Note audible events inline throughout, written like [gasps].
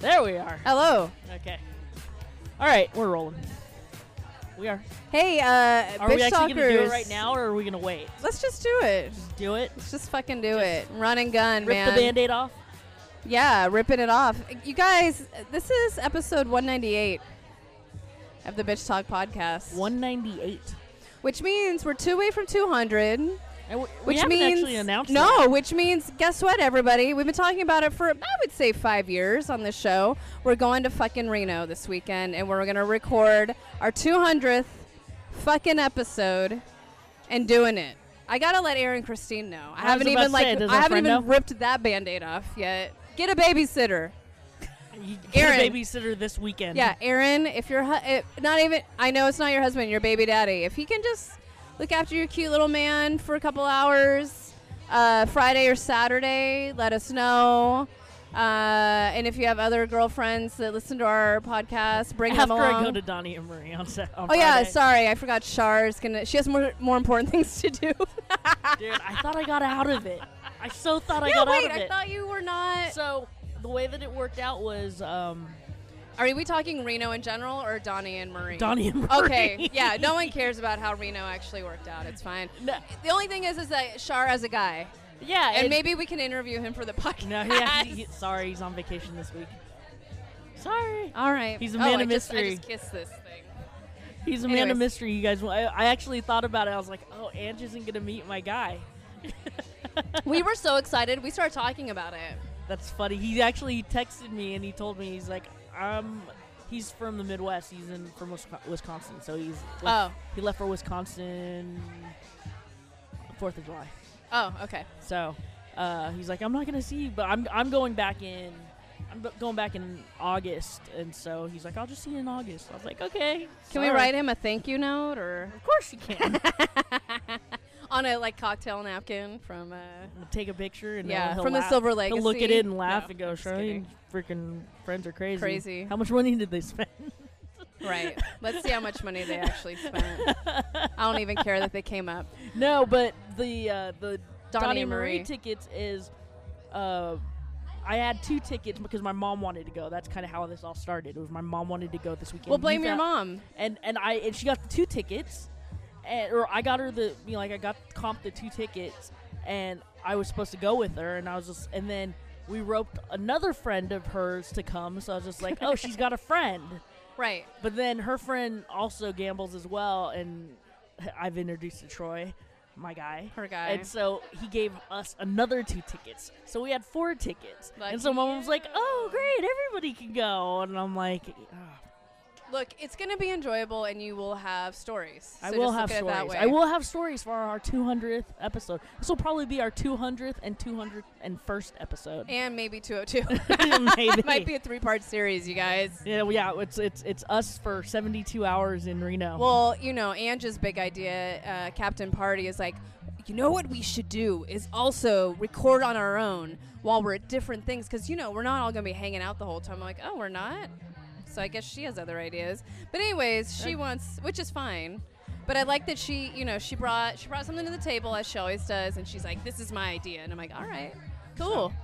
There we are. Hello. Okay. All right, we're rolling. We are. Hey, uh, Are bitch we actually gonna do it talkers. right now, or are we gonna wait? Let's just do it. Just do it. Let's just fucking do it. Run and gun, Rip man. the band-aid off. Yeah, ripping it off. You guys, this is episode 198 of the Bitch Talk podcast. 198. Which means we're two away from 200. And w- we Which haven't means actually announced. no. Which means guess what, everybody? We've been talking about it for I would say five years on this show. We're going to fucking Reno this weekend, and we're gonna record our 200th fucking episode and doing it. I gotta let Aaron Christine know. I was I, haven't about even to like say, does I our haven't friend even know? ripped that band-aid off yet. Get a babysitter. that. You get a Aaron. babysitter this weekend. Yeah, Aaron, if you're hu- if not even, I know it's not your husband, your baby daddy. If he can just look after your cute little man for a couple hours, uh, Friday or Saturday, let us know. Uh, and if you have other girlfriends that listen to our podcast, bring After them along. I go to Donnie and Marie on, Sa- on oh yeah, Friday. sorry, I forgot. Char's gonna. She has more more important [laughs] things to do. Dude, I thought I got out of it. I so thought I yeah, got wait, out of I it. thought you were not. so the way that it worked out was um, Are we talking Reno in general or Donnie and Marie? Donnie and Marie. Okay, yeah, no [laughs] one cares about how Reno actually worked out. It's fine. [laughs] No, The only thing is, is that Shar as a guy, yeah, and maybe we can interview him for the podcast. [laughs] No, yeah. He, sorry, he's on vacation this week. Sorry. [laughs] All right. He's a Oh, man I of just- mystery. I just kissed this thing. He's a man of Anyways. mystery, you guys. I, I actually thought about it. I was like, oh, Ange isn't going to meet my guy. we were so excited. We started talking about it. That's funny. He actually texted me and he told me, he's like, um, he's from the Midwest. He's in from Wis- Wisconsin. So he's, Oh, he left for Wisconsin 4th of July. oh, okay. So uh, he's like, I'm not gonna see you, but I'm I'm going back in. I'm go- going back in August, and so he's like, I'll just see you in August. I was like, okay. Can we write him a thank you note or [laughs] Of course you can. on a like cocktail napkin from? Uh, Take a picture and yeah, he'll, he'll from the laugh. Silver He'll Legacy. look at it and laugh No, and go, just Charlene, kidding. freaking friends are crazy. Crazy. How much money did they spend? [laughs] Right. Let's see how much money they actually spent. I don't even care that they came up. No, but the uh, the Donnie Donnie, and Marie. Marie. tickets is, uh, I had two tickets because my mom wanted to go. That's kind of how this all started. It was my mom wanted to go this weekend. Well, blame He's your at- mom. and and I and she got the two tickets, and or I got her the you know, like I got comp the two tickets, and I was supposed to go with her, and I was just and then we roped another friend of hers to come, so I was just like, oh, she's got a friend, Right. but then her friend also gambles as well, and I've introduced to Troy, my guy. Her guy. And so he gave us another two tickets. So we had four tickets. Lucky and so my mom was like, you. oh, great, everybody can go. And I'm like, "Ah, Look, it's going to be enjoyable, and you will have stories. I So will just have look at it stories. That way. I will have stories for our 200th episode. This will probably be our 200th and 201st episode. and maybe 202. [laughs] Maybe. it [laughs] might be a three-part series, you guys. Yeah, well, yeah. It's it's it's us for 72 hours in Reno. Well, you know, Ange's big idea, uh, Captain Party, is like, you know what we should do is also record on our own while we're at different things because you know we're not all gonna be hanging out the whole time. I'm like, oh, we're not. So I guess she has other ideas. But anyways, she wants, which is fine. But I like that she, you know, she brought she brought something to the table as she always does, and she's like, this is my idea, and I'm like, all right, cool. Did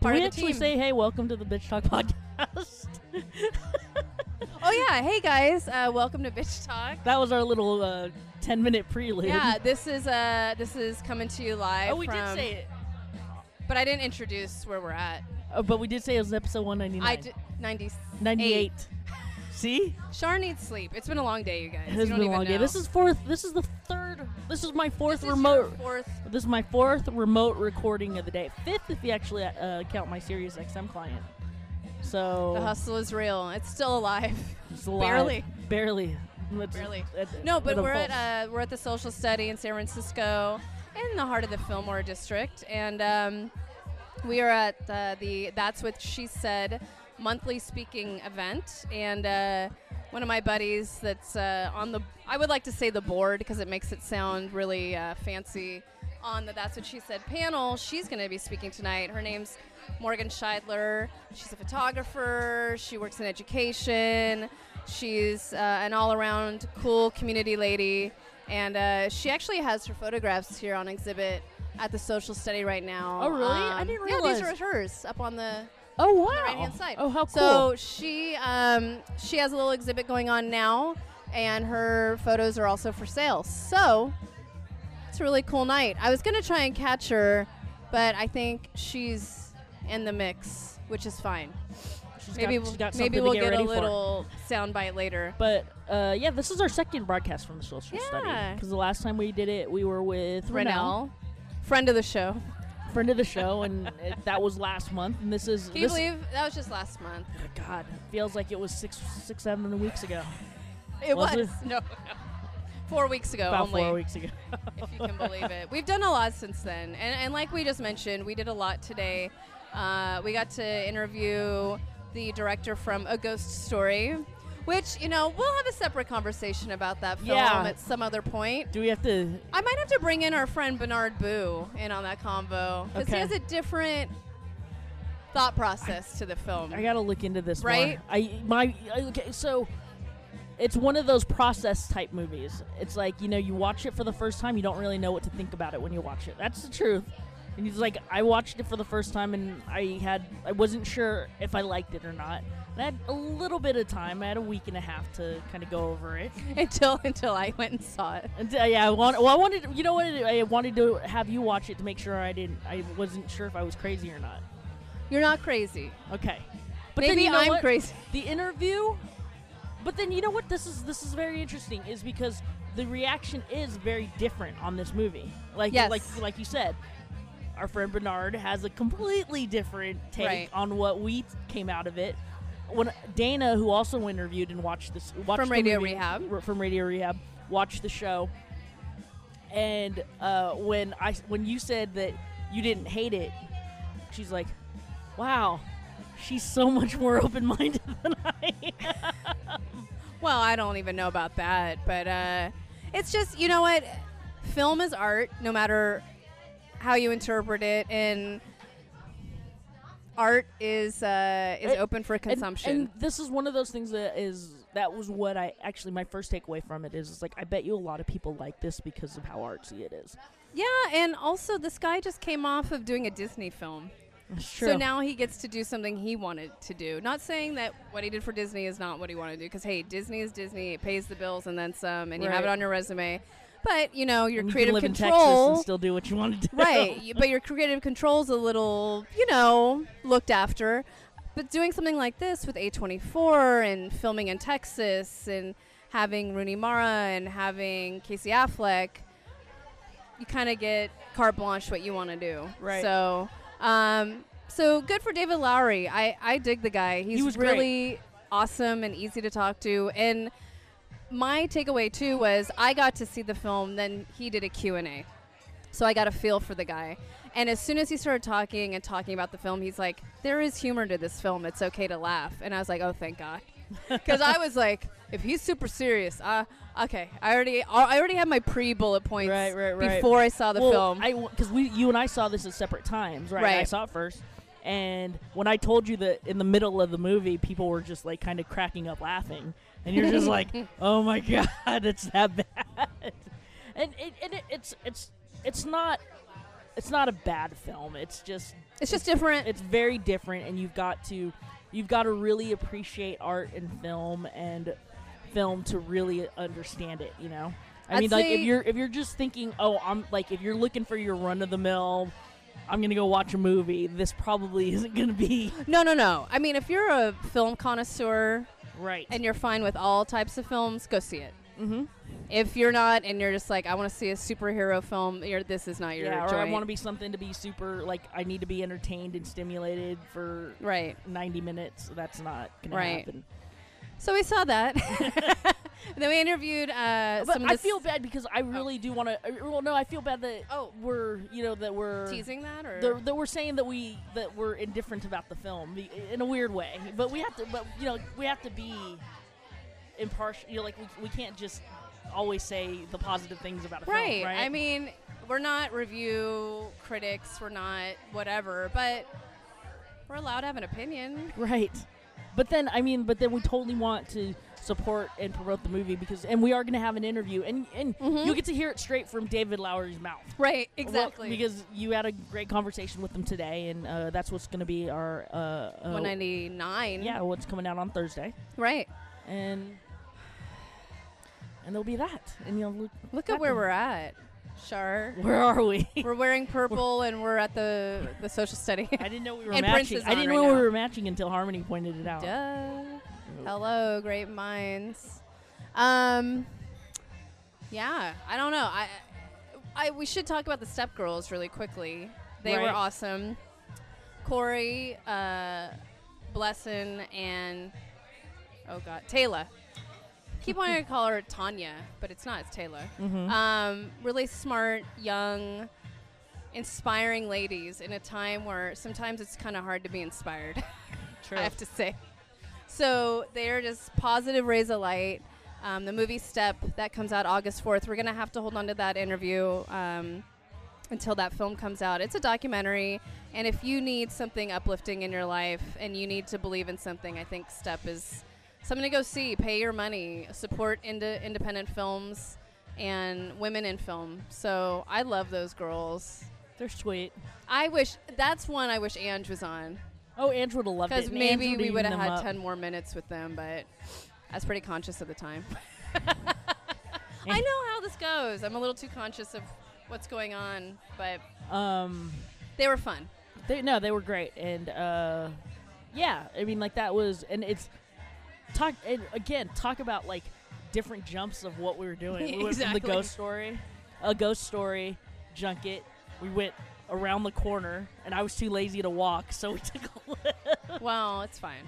Part we of the actually team. say, "Hey, welcome to the Bitch Talk [laughs] podcast"? oh yeah, hey guys, uh, welcome to [laughs] Bitch Talk. that was our little uh, 10 minute prelude. [laughs] Yeah, this is uh this is coming to you live. Oh, we did from- say it, but I didn't introduce where we're at. oh, but we did say it was episode 199. I did 90. 98. [laughs] See, Char needs sleep. It's been a long day, you guys. it you has don't been a even long know. day. This is fourth. This is the third. This is my This fourth is your remote. fourth. This is my fourth remote recording of the day. Fifth, if you actually uh, count my Sirius XM client. The So hustle is real. It's still alive. [laughs] it's a lot. barely. barely, It's- Barely. it's- No, but it's a we're pulse. at uh, we're at the social study in San Francisco, in the heart of the Fillmore district, and um, we are at uh, the That's What She Said monthly speaking event, and uh, one of my buddies that's uh, on the I would like to say the board because it makes it sound really uh, fancy. On the That's What She Said panel, she's going to be speaking tonight. Her name's Morgan Scheidler. She's a photographer. She works in education. She's uh, an all around cool community lady. And uh, she actually has her photographs here on exhibit at the social study right now. Oh, really? I didn't Um, Yeah, these realize. are hers up on the Oh wow! right hand side. Oh how So she um, she has a little exhibit going on now, and her photos are also for sale. So it's a really cool night. I was gonna try and catch her, but I think she's in the mix, which is fine. cool! She's maybe got, we'll, she's got maybe something we'll to get, get, ready a for. little soundbite later. But uh, yeah, this is our second broadcast from the social study Yeah. because the last time we did it, we were with Renell, Renell, friend of the show. friend of the show, and it, that was last month. And this is Can you this, believe that was just last month? God feels like it was six, six, seven weeks ago. It Was was, it? [laughs] No, no, four weeks ago About only. four weeks ago. if you can believe it. We've done a lot since then. And, and like we just mentioned, we did a lot today. Uh, we got to interview the director from A Ghost Story, which, you know, we'll have a separate conversation about that film Yeah. at some other point. Do we have to? I might have to bring in our friend Bernard Boo in on that combo because Okay. he has a different thought process to the film. I gotta look into this. more. Right? I my I- okay. So it's one of those process type movies. It's like you know you watch it for the first time, you don't really know what to think about it when you watch it. That's the truth. And he's like, I watched it for the first time, and I had I wasn't sure if I liked it or not. And I had a little bit of time. I had a week and a half to kind of go over it. [laughs] until until I went and saw it. And uh, yeah, I want, well, I wanted you know what I wanted to have you watch it to make sure I didn't I wasn't sure if I was crazy or not. You're not crazy. Okay, but Maybe then you know I'm what? crazy. the interview but then you know what this is this is very interesting is because the reaction is very different on this movie like Yes. like like you said our friend bernard has a completely different take Right. on what we came out of it when dana who also interviewed and watched this watched From the Radio movie- Rehab. r- from radio rehab watched the show and uh, when i when you said that you didn't hate it she's like wow she's so much more [laughs] open-minded than i am Well, I don't even know about that, but uh, it's just you know what, film is art, no matter how you interpret it, and art is uh, is And- open for And- consumption. And, this is one of those things that is that was what I actually my first takeaway from it is, is like I bet you a lot of people like this because of how artsy it is. yeah, and also this guy just came off of doing a Disney film, so now he gets to do something he wanted to do. Not saying that what he did for Disney is not what he wanted to do, because hey, Disney is Disney; it pays the bills and then some, and you have it Right. on your resume. But you know your And you creative can live control. in Texas and still do what you want to do. [laughs] [laughs] right y- but your creative control's a little you know looked after but doing something like this with a24 and filming in texas and having rooney mara and having casey affleck you kind of get carte blanche what you want to do Right. so um so good for david lowry i i dig the guy he's was great. really awesome and easy to talk to and my takeaway too was i got to see the film then he did a q&a so I got a feel for the guy. And as soon as he started talking and talking about the film, he's like, "There is humor to this film. It's okay to laugh." And I was like, "Oh, thank God," because I was like, "If he's super serious, uh, okay, I already, I already had my pre bullet points Right, right, right. before I saw the well, film." I because we you and I saw this at separate times, right? I Right. saw it first. And when I told you that in the middle of the movie, people were just like kind of cracking up laughing, and you're just [laughs] like, "Oh my god, it's that bad!" And, it, and it, it's it's it's not it's not a bad film. It's just it's just different. it's very different and you've got to you've got to really appreciate art and film and film to really understand it you know i I'd mean like if say- you're if you're just thinking oh i'm like if you're looking for your run of the mill i'm gonna go watch a movie this probably [laughs] isn't gonna be no, no, no. I mean, if you're a film connoisseur right and you're fine with all types of films, go see it. mm-hmm. If you're not, and you're just like, "I want to see a superhero film," you're, this is not your yeah or i joint. want to be something to be super like i need to be entertained and stimulated for right. 90 minutes that's not gonna Right. happen So we saw that. [laughs] and then we interviewed uh, but some of i the feel bad because i really do want to well no i feel bad that Oh. we're you know that we're teasing that or that, that we're saying that we that we're indifferent about the film be- in a weird way, but we have to. But you know, we have to be impartial. You know, like we, we can't just always say the positive things about a right. film, right? I mean, we're not review critics. We're not whatever, but we're allowed to have an opinion. right. But then, I mean, but then we totally want to support and promote the movie because, and we are going to have an interview, and and Mhm. you get to hear it straight from David Lowery's mouth. Right, Well, exactly. because you had a great conversation with him today, and uh, that's what's going to be our uh, uh, 199. Yeah, what's coming out on Thursday, Right. and and there'll be that, and you'll look. [laughs] Look at where we're at. Sure. Where are we? We're wearing purple and we're at the the social study. [laughs] I didn't know we were And Prince matching. is I didn't on know right we now. were matching until Harmony pointed it out. Duh. Hello, great minds. Um, yeah, I don't know. I, I we should talk about the Step Girls really quickly. They were Right. awesome. Corey, uh, Blessin, and oh god, Taylor. Keep wanting to call her Tanya, but it's not. It's Taylor. Mhm. Um, really smart, young, inspiring ladies in a time where sometimes it's kind of hard to be inspired. [laughs] True. I have to say. So they are just positive rays of light. Um, the movie Step that comes out August fourth. We're gonna have to hold on to that interview um, until that film comes out. It's a documentary, and if you need something uplifting in your life and you need to believe in something, I think Step is something to go see. Pay your money, support ind- independent films and women in film. So I love those girls. They're sweet. I wish that's one I wish Ange was on. Oh, Andrew would have loved it. Because and maybe Andrew we would have eaten had them up. 10 more minutes with them, but I was pretty conscious of [laughs] the time. [laughs] I know how this goes. I'm a little too conscious of what's going on, but Um, they were fun. they no, they were great, and uh, yeah, I mean, like that was, and it's talk and again, talk about like different jumps of what we were doing. [laughs] We went from Exactly. the ghost story, a ghost story junket. We went around the corner, and I was too lazy to walk, so we [laughs] took a look. well, it's fine.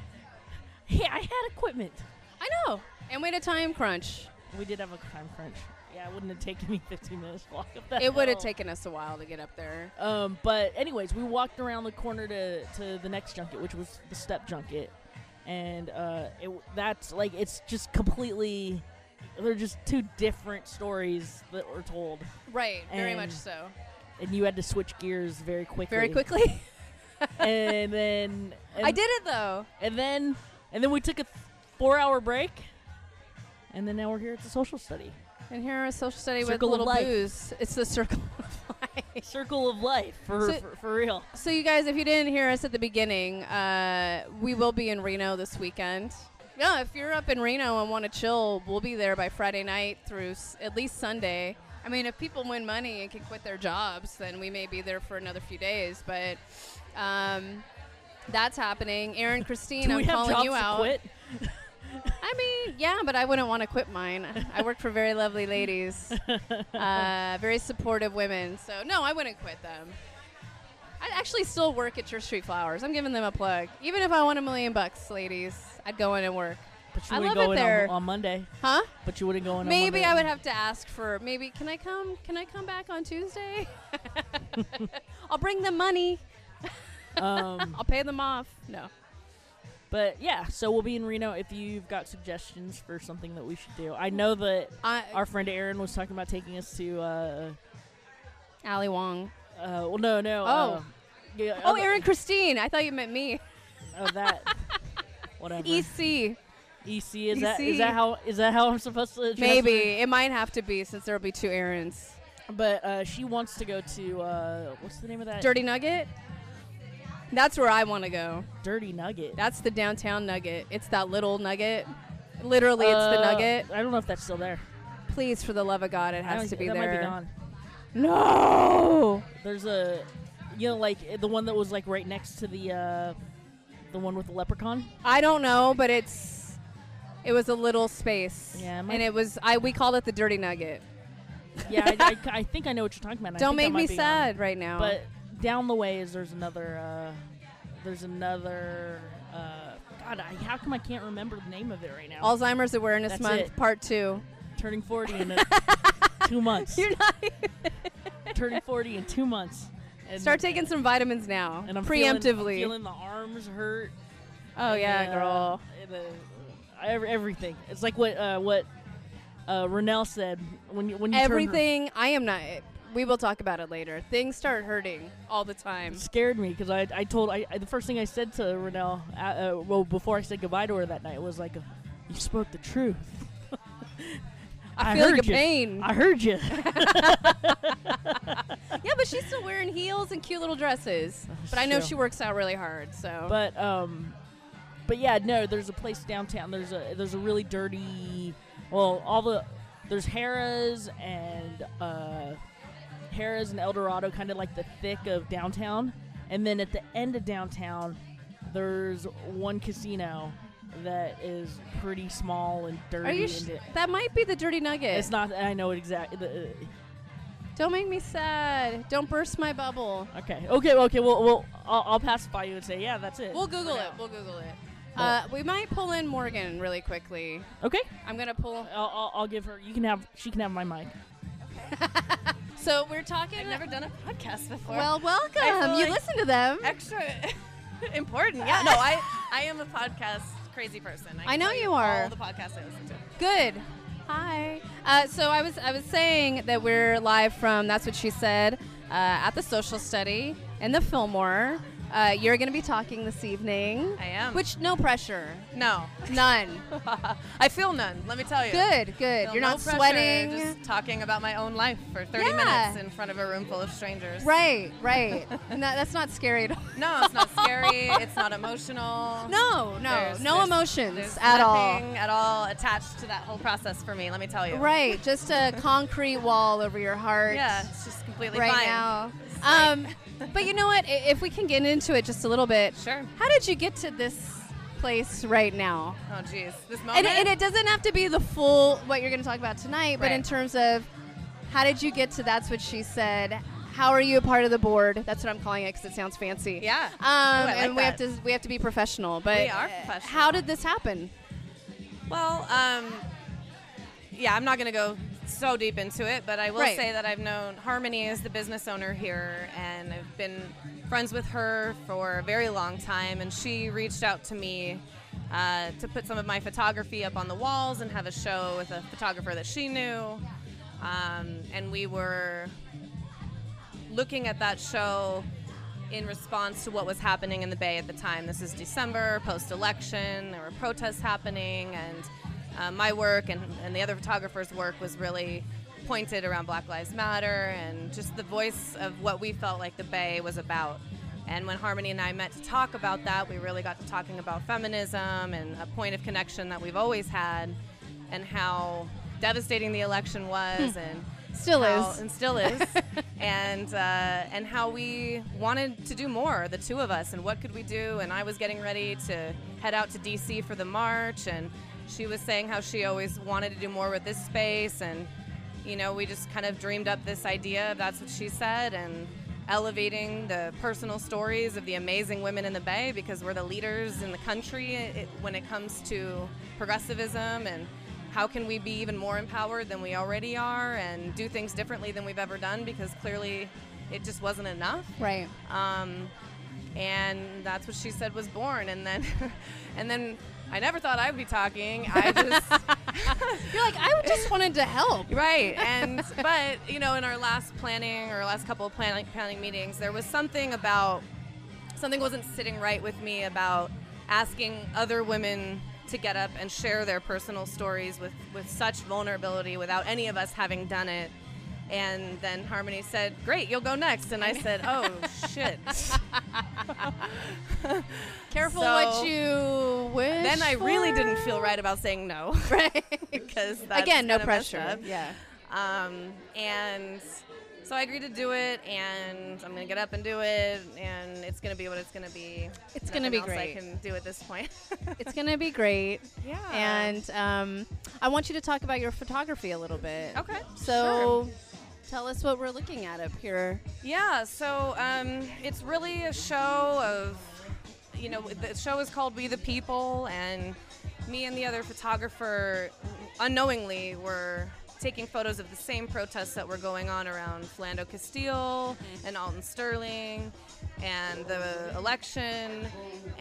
Hey, I had equipment. I know. And we had a [laughs] time crunch. We did have a time crunch. Yeah, it wouldn't have taken me 15 minutes to walk up that. It would have hill. taken us a while to get up there. Um, but anyways, we walked around the corner to, to the next junket, which was the step junket, and uh, it, that's like it's just completely they're just two different stories that were told, Right, very much And so. and you had to switch gears very quickly, Very quickly. [laughs] and then and, I did it though. and then and then we took a four hour break, and then now we're here at the social study And here our social study Circle of with little life. booze. It's the circle of life. circle of life for So- for, for real. So, you guys, if you didn't hear us at the beginning, uh, we will be in Reno this weekend. Yeah, if you're up in Reno and want to chill, we'll be there by Friday night through s- at least Sunday. I mean, if people win money and can quit their jobs, then we may be there for another few days. But um, that's happening. Aaron, Christine, Do I'm we have calling jobs you to out. quit? I mean, yeah, but I wouldn't want to quit mine. I work for very lovely ladies, uh, very supportive women. So, no, I wouldn't quit them. I actually still work at Church Street Flowers. I'm giving them a plug. Even if I won a million bucks, ladies, I'd go in and work. But you I wouldn't love go it in on- there. On, Monday. Huh? But you wouldn't go in. on Maybe Monday. I would have to ask for maybe can I come can I come back on Tuesday? [laughs] I'll bring them money. [laughs] um, I'll pay them off. No. but yeah, so we'll be in Reno if you've got suggestions for something that we should do. I know that I, our friend Aaron was talking about taking us to. Uh, Ali Wong. uh, well, no, no. uh, Oh. yeah, Oh, other- Erin Christine. I thought you meant me. E Oh, [laughs] that. Whatever. EC. EC is that is EC. that how is that how I'm supposed to address E Maybe her? it might have to be since there will be two errands. But uh, she wants to go to uh, what's the name of that Dirty Nugget. That's where I want to go. Dirty Nugget? That's the downtown Nugget. It's that little Nugget. Literally, it's the Uh, Nugget. I don't know if that's still there. Please, for the love of God, it I don't- e- has to be that there. Might be gone. No. There's a, you know, like eh, the one that was like right next to the, uh, the one with the [laughs] leprechaun. I don't know, but it's it was a little space. Yeah, it might- and it was I we called it the Dirty Nugget. Yeah, I, I, I think I know what you're talking about. and I don't think make that me might be sad right now. on. But down the way is there's another, uh, there's another. Uh, God, I, how come I can't remember the name of it right now? Alzheimer's Awareness That's Month it. [laughs] Part Two. turning 40 in [laughs] a, two months. You're not turning 40 in two months. And, start taking some vitamins now, and I'm preemptively. Feeling, I'm feeling the arms hurt. oh and, yeah, uh, girl. and, uh, ev- everything. It's like what uh, what uh, Rennell said when you when you turn her- everything. I am not. we will talk about it later. Things start hurting all the time. It scared me because I, I told I, I the first thing I said to Renelle uh, uh, well before I said goodbye to her that night was like you spoke the truth. I, [laughs] I feel your heard you. pain. I heard you. [laughs] yeah, but she's still wearing heels and cute little dresses. But I know Sure. she works out really hard, so but um but yeah no there's a place downtown there's a there's a really dirty well all the there's Harrah's and uh Harrah's and El Dorado kind of like the thick of downtown and then at the end of downtown there's one casino that is pretty small and dirty are you? and Sh- it- that might be the dirty nugget. it's not I know it exactly Don't make me sad. Don't burst my bubble. uh, okay okay okay well, well I'll, I'll pass by you and say yeah that's it We'll Google for it. now. We'll Google it. Uh, we might pull in Morgan really quickly. okay I'm gonna pull. I'll, I'll, I'll give her you can have she can have my mic So we're talking. I've never done a podcast before. well, welcome. I feel you like- listen to them. extra [laughs] important. Yeah, no, I I am a podcast crazy person. I can know tell you are. All the podcasts I listen to. Good. Hi. Uh, so I was I was saying that we're live from that's what she said uh, at the social study in the Fillmore. Uh, you're going to be talking this evening. I am. Which no pressure, No, [laughs] none. I feel none. Let me tell you. Good, good. Feel You're no not pressure, sweating. Just talking about my own life for 30 Yeah. minutes in front of a room full of strangers. Right, right. [laughs] no, that's not scary at all. No, it's not [laughs] scary. it's not emotional. No, no, There's- no there's- emotions there's at all. nothing at all attached to that whole process for me. Let me tell you. Right, just a concrete wall over your heart. Yeah, it's just completely right fine. now. Um, but you know what? I- If we can get into it just a little bit, Sure. How did you get to this place right now? Oh, geez, this moment. And, and it doesn't have to be the full what you're going to talk about tonight, but in Right. terms of how did you get to that's what she said. How are you a part of the board? That's what I'm calling it because it sounds fancy. Yeah. Um, Ooh, I like and we have that. to we have to be professional. But We are uh, professional. How did this happen? Well, um, yeah, I'm not going to go so deep into it, but I will Right. say that I've known Harmony is the business owner here, and I've been friends with her for a very long time, and she reached out to me. Uh, to put some of my photography up on the walls and have a show with a photographer that she knew. Um, and we were looking at that show in response to what was happening in the Bay at the time. This is December, post election, there were protests happening, and uh, my work and, and the other photographers' work was really pointed around Black Lives Matter and just the voice of what we felt like the Bay was about. And when Harmony and I met to talk about that, we really got to talking about feminism and a point of connection that we've always had, and how devastating the election was, and Still how- is. and [laughs] still is, and uh, and how we wanted to do more, the two of us, and what could we do? And I was getting ready to head out to DC for the march, and she was saying how she always wanted to do more with this space, and you know, we just kind of dreamed up this idea. of That's what she said, and elevating the personal stories of the amazing women in the Bay because we're the leaders in the country it, when it comes to progressivism and how can we be even more empowered than we already are and do things differently than we've ever done because clearly it just wasn't enough Right. um, and that's what she said was born and then [laughs] and then i never thought i would be talking i just You're like I [laughs] just wanted to help. Right. And but you know, in our last planning or last couple of planning, planning meetings, there was something about something wasn't sitting right with me about asking other women to get up and share their personal stories with with such vulnerability without any of us having done it. And then Harmony said, "Great, you'll go next." And I said, "Oh [laughs] shit." Careful So- what you wish. then I really didn't for. feel right about saying no [laughs] Right. because that's Again, no kinda messed pressure. up. Yeah. Um, and so I agreed to do it, and I'm gonna get up and do it, and it's gonna be what it's gonna be. It's gonna be Nothing else great. I can do at this point. [laughs] It's gonna be great. yeah. And um, I want you to talk about your photography a little bit. okay. So tell us what we're looking at up here. Yeah, so um, it's really a show of, you know, the show is called We the People, and me and the other photographer unknowingly were taking photos of the same protests that were going on around Flando Castile and Alton Sterling and the election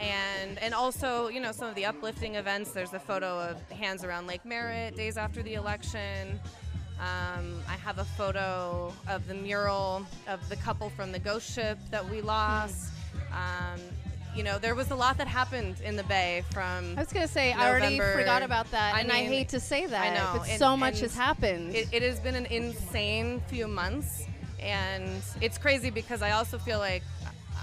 and and also you know some of the uplifting events there's the photo of hands around Lake Merritt days after the election Um, I have a photo of the mural of the couple from the ghost ship that we lost. Um, you know, there was a lot that happened in the Bay from. I was gonna say I already November. forgot about that, I and I mean, hate to say that. know, but and- so much and has happened. It, it has been an insane few months, and it's crazy because I also feel like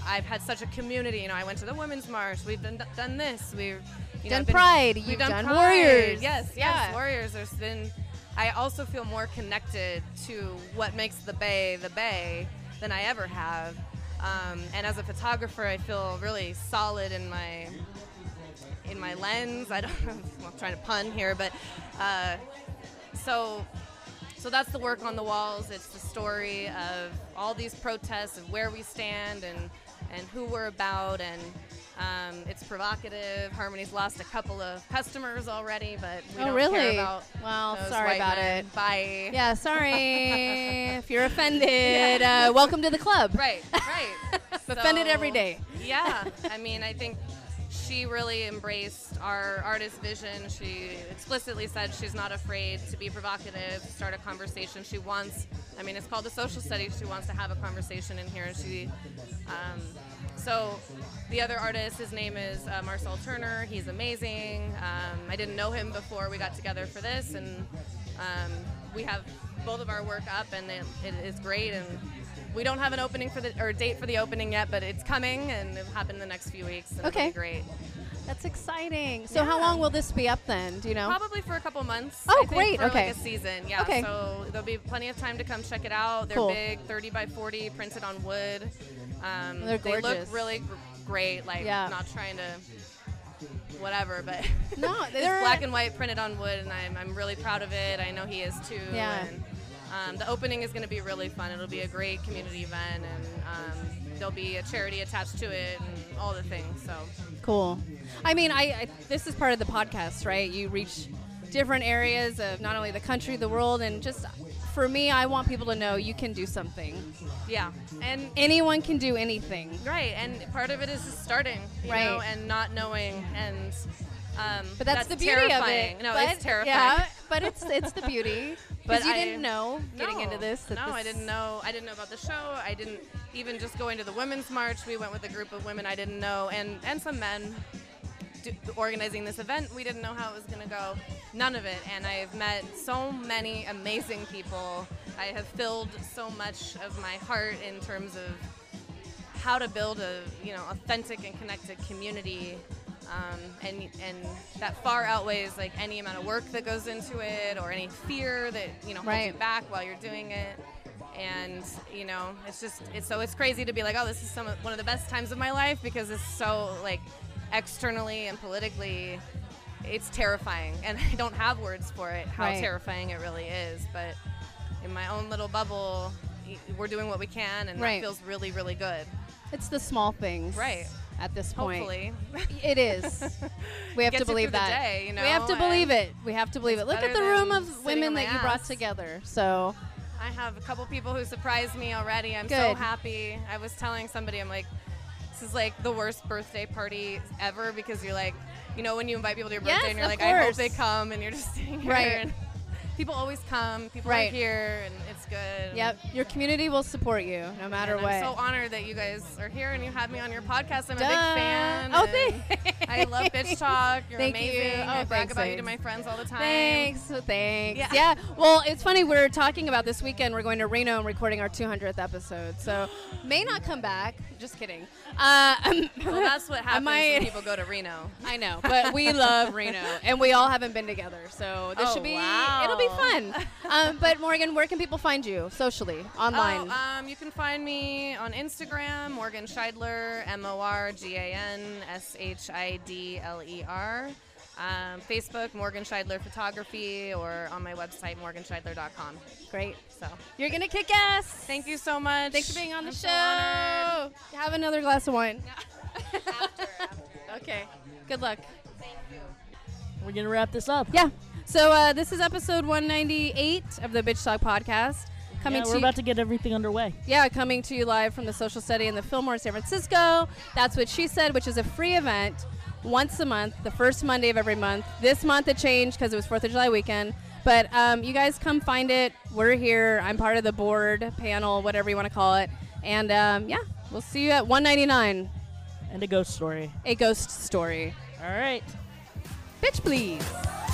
I've had such a community. You know, I went to the Women's March. We've done done this. We've you Done know, been- Pride. We've You've done, done Pride. Warriors. Yes, Yeah. yes, Warriors. There's been. I also feel more connected to what makes the Bay the Bay than I ever have. Um, and as a photographer, I feel really solid in my in my lens. I don't [laughs] know. If I'm trying to pun here, but uh, so so that's the work on the walls. It's the story of all these protests of where we stand and and who we're about and. Um, it's provocative. Harmony's lost a couple of customers already, but we Oh, don't really? care about. Well, those sorry white about men. it. Bye. yeah, [laughs] sorry if you're offended. Uh, welcome to the club. Right. [laughs] Right. I'm offended So- every day. yeah i mean i think she really embraced our artist vision she explicitly said she's not afraid to be provocative to start a conversation she wants i mean it's called the social studies she wants to have a conversation in here and she um, so the other artist his name is uh, marcel turner he's amazing um, i didn't know him before we got together for this and um, we have both of our work up and it, it is great and we don't have an opening for the or a date for the opening yet, but it's coming and it'll happen in the next few weeks. And Okay. it'll be great. That's exciting. So how Yeah. long will this be up then? Do you know? Probably for a couple months. Oh, I think, great. For Okay. Like a season. Yeah. Okay. So there'll be plenty of time to come check it out. They're Cool. big, 30 by 40, printed on wood. Um, They're they look gorgeous. really gr- great. Like Yeah. not trying to whatever, but [laughs] No, it's they're- black and white printed on wood, and I'm I'm really proud of it. I know he is too. Yeah. And, um, the opening is going to be really fun. It'll be a great community event, and um, there'll be a charity attached to it, and all the things. So Cool. I mean, I, I this is part of the podcast, right? You reach different areas of not only the country, the world, and just for me, I want people to know you can do something. yeah, and Anyone can do anything. Right, and part of it is just starting, you Right. know, and not knowing, and um, But that's, the beauty terrifying. of it. No, but, it's terrifying. Yeah, but it's it's the [laughs] beauty. But But you I- didn't know [laughs] getting No, into this. That no, this I didn't know. I didn't know about the show. I didn't even just going to the women's march. We went with a group of women I didn't know, and and some men do, organizing this event. We didn't know how it was going to go. None of it. And I've met so many amazing people. I have filled so much of my heart in terms of how to build a you know authentic and connected community um, and and that far outweighs like any amount of work that goes into it or any fear that you know holds you Right. back while you're doing it and you know it's just it's so it's crazy to be like oh this is some of- one of the best times of my life because it's so like externally and politically it's terrifying and [laughs] i don't have words for it how Right. terrifying it really is but in my own little bubble y- we're doing what we can and Right. that feels really really good It's the small things, Right. At this point, Hopefully. [laughs] it is. We have to Gets you through believe the that. day, you we have to know, believe and it. We have to believe it. Look at better the room than of sitting women on that my you brought ass. together. So I have a couple people who surprised me already. I'm so Good. happy. I was telling somebody, I'm like, this is like the worst birthday party ever because you're like, you know, when you invite people to your birthday Yes, and you're of like, I hope course. they come, and you're just [laughs] sitting here. Right. And people always come. People Right. are here, and it's good. Yep, your community will support you no matter And what. I'm so honored that you guys are here and you had me on your podcast. I'm a Duh. big fan. Oh, and thanks. [laughs] I love [laughs] bitch talk. You're Thank you. amazing. Oh, I brag thanks, about you to thanks. my friends all the time. Thanks, oh, thanks. Yeah. Yeah. Well, it's funny. We're talking about this weekend. We're going to Reno and recording our 200th episode. [gasps] So may not come back. Just kidding. Uh, [laughs] Well, that's what I happens might. when people go to Reno. [laughs] I know, but we love [laughs] Reno, and we all haven't been together. So this Oh, should be. wow. It'll be [laughs] fun. Um, but Morgan, where can people find you socially, online? Oh, um, you can find me on Instagram, Morgan Scheidler, M O R G A N S H I D L E R. Um, Facebook, Morgan Scheidler Photography, or on my website, morganscheidler.com. Great. So You're gonna kick ass. thank you so much. Thanks for being on the I'm show. so honored. Have another glass of wine. okay. Good luck. We're gonna wrap this up. Yeah. So uh, this is episode 198 of the Bitch Talk podcast. Coming Yeah, to we're about to get everything underway. yeah, coming to you live from the Social Study in the Fillmore in San Francisco. That's what she said, which is a free event once a month, the first Monday of every month. This month it changed because it was Fourth of July weekend. But um, you guys come find it. We're here. I'm part of the board panel, whatever you want to call it. And um, yeah, we'll see you at 199. And a ghost story. A ghost story. All right. Bitch, please.